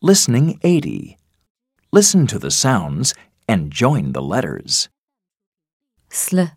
Listening 80. Listen to the sounds and join the letters. sl